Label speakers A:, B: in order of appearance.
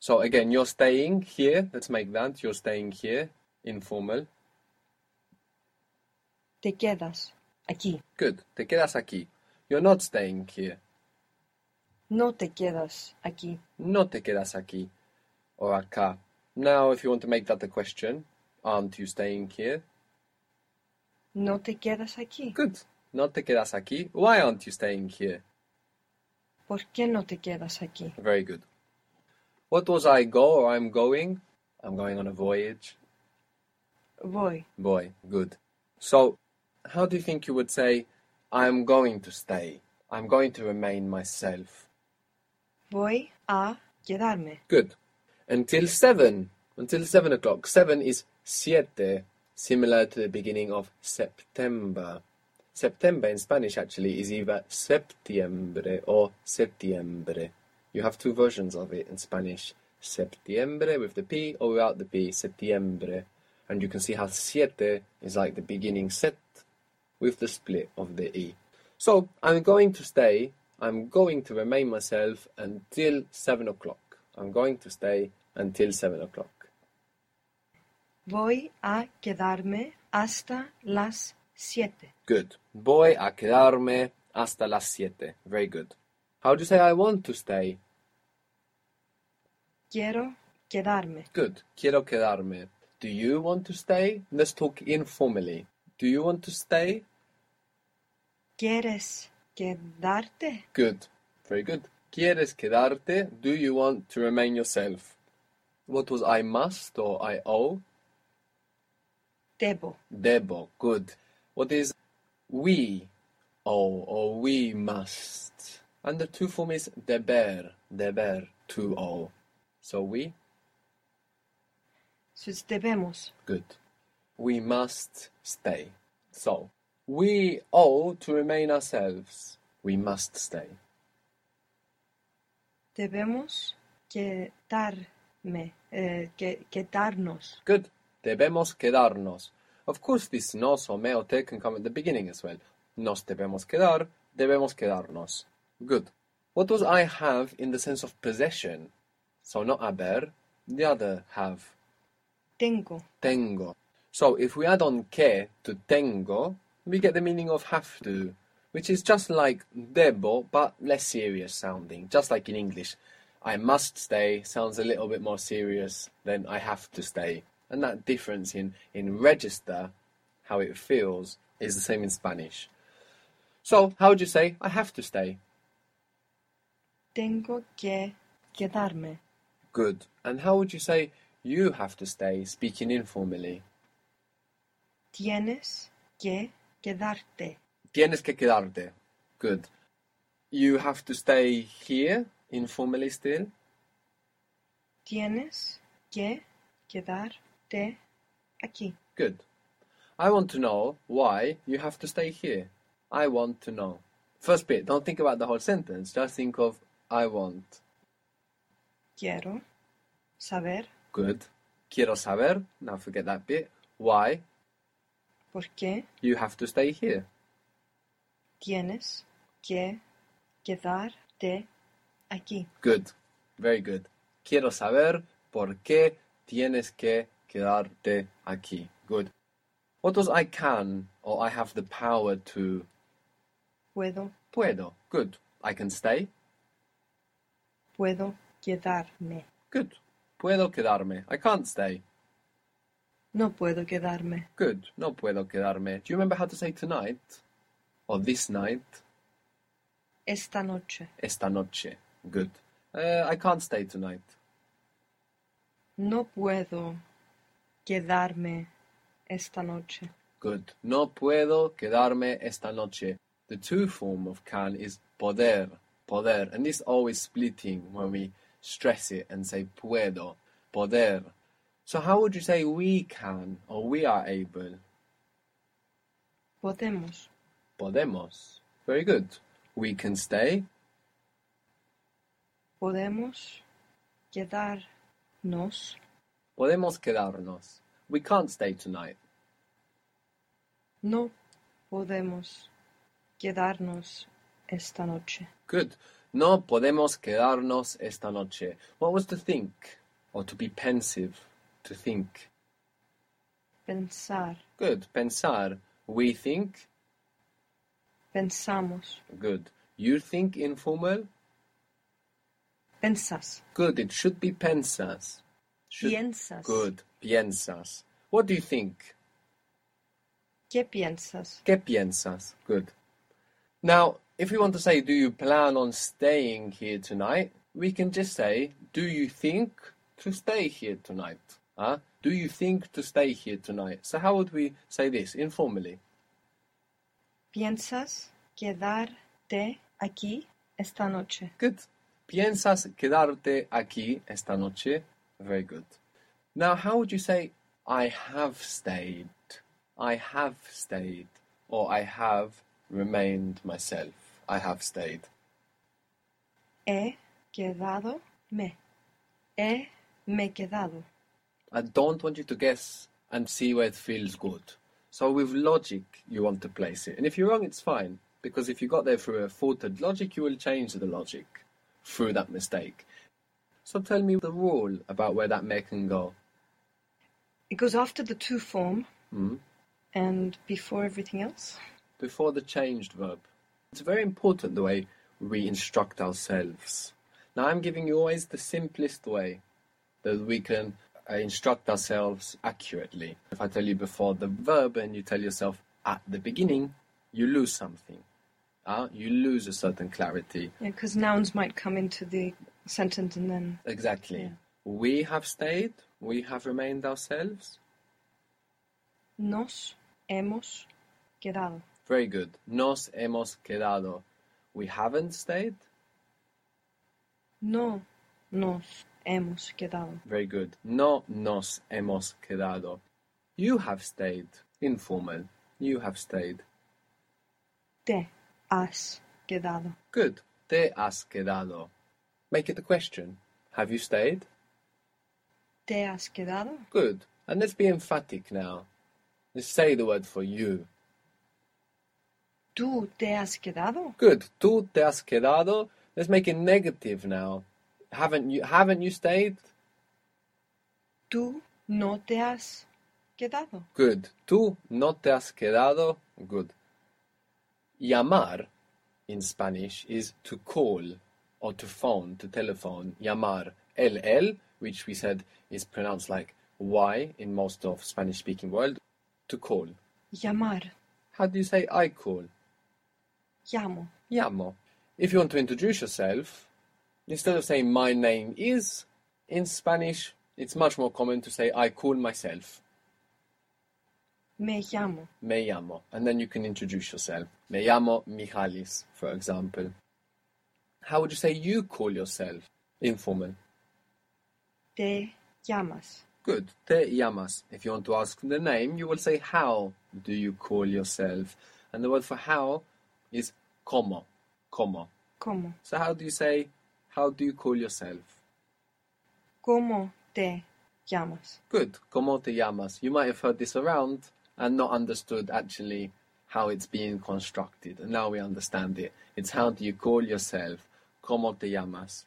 A: So again, you're staying here. Let's make that. You're staying here, informal.
B: Te quedas aquí.
A: Good. Te quedas aquí. You're not staying here.
B: No te quedas aquí.
A: No te quedas aquí. Or acá. Now, if you want to make that a question, aren't you staying here?
B: No te quedas aquí.
A: Good. No te quedas aquí. Why aren't you staying here?
B: ¿Por qué no te quedas aquí?
A: Very good. What was I go or I'm going? I'm going on a voyage.
B: Voy.
A: Boy, good. So, how do you think you would say, I'm going to stay? I'm going to remain myself.
B: Voy a quedarme.
A: Good. Until seven. Until seven o'clock. Seven is siete, similar to the beginning of September. September in Spanish actually is either septiembre or septiembre. You have two versions of it in Spanish. Septiembre with the P or without the P, septiembre. And you can see how siete is like the beginning set with the split of the E. So I'm going to stay, I'm going to remain myself until seven o'clock. I'm going to stay until seven o'clock.
B: Voy a quedarme hasta las siete.
A: Good. Voy a quedarme hasta las siete. Very good. How do you say I want to stay?
B: Quiero quedarme.
A: Good. Quiero quedarme. Do you want to stay? Let's talk informally. Do you want to stay?
B: ¿Quieres quedarte?
A: Good. Very good. ¿Quieres quedarte? Do you want to remain yourself? What was I must or I owe?
B: Debo.
A: Debo. Good. What is we owe or we must? And the two form is deber. Deber. To owe. So we.
B: Sus debemos.
A: Good. We must stay. So we owe to remain ourselves. We must stay.
B: Debemos quedarme. eh, que- quedarnos.
A: Good. Debemos quedarnos. Of course, this nos or me or te can come at the beginning as well. Nos debemos quedar, debemos quedarnos. Good. What does I have in the sense of possession? So not haber, the other have.
B: Tengo.
A: Tengo. So if we add on que to tengo, we get the meaning of have to, which is just like debo but less serious sounding, just like in English. I must stay sounds a little bit more serious than I have to stay. And that difference in, in register, how it feels, is the same in Spanish. So, how would you say I have to stay?
B: Tengo que quedarme.
A: Good. And how would you say you have to stay, speaking informally?
B: Tienes que quedarte.
A: Tienes que quedarte. Good. You have to stay here informally still.
B: Tienes que quedarte aquí.
A: Good. I want to know why you have to stay here. I want to know. First bit, don't think about the whole sentence, just think of I want.
B: Quiero saber
A: Good. Quiero saber, now forget that bit, why
B: por qué
A: you have to stay here.
B: tienes que quedarte aquí.
A: Good. Very good. Quiero saber por qué tienes que quedarte aquí. Good. What does I can or I have the power to?
B: Puedo,
A: Puedo. Good. I can stay.
B: puedo quedarme.
A: Good. Puedo quedarme. I can't stay.
B: No puedo quedarme.
A: Good. No puedo quedarme. Do you remember how to say tonight? Or this night?
B: Esta noche.
A: Esta noche. Good. Uh, I can't stay tonight.
B: No puedo quedarme esta noche.
A: Good. No puedo quedarme esta noche. The two form of can is poder, poder, and this always splitting when we stress it and say puedo, poder. So how would you say we can or we are able?
B: Podemos.
A: Podemos. Very good. We can stay.
B: Podemos quedarnos.
A: Podemos quedarnos. We can't stay tonight.
B: No podemos quedarnos esta noche.
A: Good. No podemos quedarnos esta noche. What was to think? Or to be pensive. To think.
B: Pensar.
A: Good. Pensar. We think.
B: Pensamos.
A: Good. You think informal?
B: Pensas.
A: Good. It should be pensas. Should-
B: Piensas.
A: Good. Piensas. What do you think?
B: ¿Qué piensas?
A: ¿Qué piensas? Good. Now, if we want to say, do you plan on staying here tonight? We can just say, do you think to stay here tonight? Huh? Do you think to stay here tonight? So how would we say this informally?
B: ¿Piensas quedarte aquí esta noche?
A: Good. ¿Piensas quedarte aquí esta noche? Very good. Now, how would you say, I have stayed? I have stayed. Or I have remained myself. I have stayed.
B: He quedado me. He me quedado.
A: I don't want you to guess and see where it feels good. So with logic, you want to place it. And if you're wrong, it's fine. Because if you got there through a faulted logic, you will change the logic through that mistake. So tell me the rule about where that may can go.
B: It goes after the to form
A: Hmm?
B: and before everything else.
A: before the changed verb. It's very important the way we instruct ourselves. Now, I'm giving you always the simplest way that we can uh, instruct ourselves accurately. If I tell you before the verb and you tell yourself at the beginning, you lose something. Uh, you lose a certain clarity.
B: Because nouns might come into the sentence and then
A: Exactly.
B: Yeah.
A: We have stayed, we have remained ourselves.
B: nos hemos quedado.
A: Very good. Nos hemos quedado. We haven't stayed.
B: No nos hemos quedado.
A: Very good. No nos hemos quedado. You have stayed. Informal. You have stayed.
B: Te has quedado.
A: Good. Te has quedado. Make it a question. Have you stayed?
B: Te has quedado.
A: Good. And let's be emphatic now. Let's say the word for you.
B: Tú te has quedado.
A: Good. Tú te has quedado. Let's make it negative now. Haven't you haven't you stayed?
B: Tú no te has quedado.
A: Good. Tú no te has quedado. Good. Llamar in Spanish is to call or to phone, to telephone. Llamar. El el, which we said is pronounced like Y in most of Spanish speaking world, to call.
B: Llamar.
A: How do you say I call?
B: Llamo.
A: Llamo. If you want to introduce yourself, instead of saying my name is, in Spanish it's much more common to say I call myself.
B: Me llamo.
A: Me llamo. And then you can introduce yourself. Me llamo Michalis, for example. How would you say you call yourself? Informal.
B: Te llamas.
A: Good. Te llamas. If you want to ask the name, you will say how do you call yourself? And the word for how is como. Como.
B: ¿Cómo?
A: So how do you say how do you call yourself?
B: ¿Cómo te llamas?
A: Good. Como te llamas? You might have heard this around and not understood actually how it's being constructed. And now we understand it. It's how do you call yourself? Como te llamas?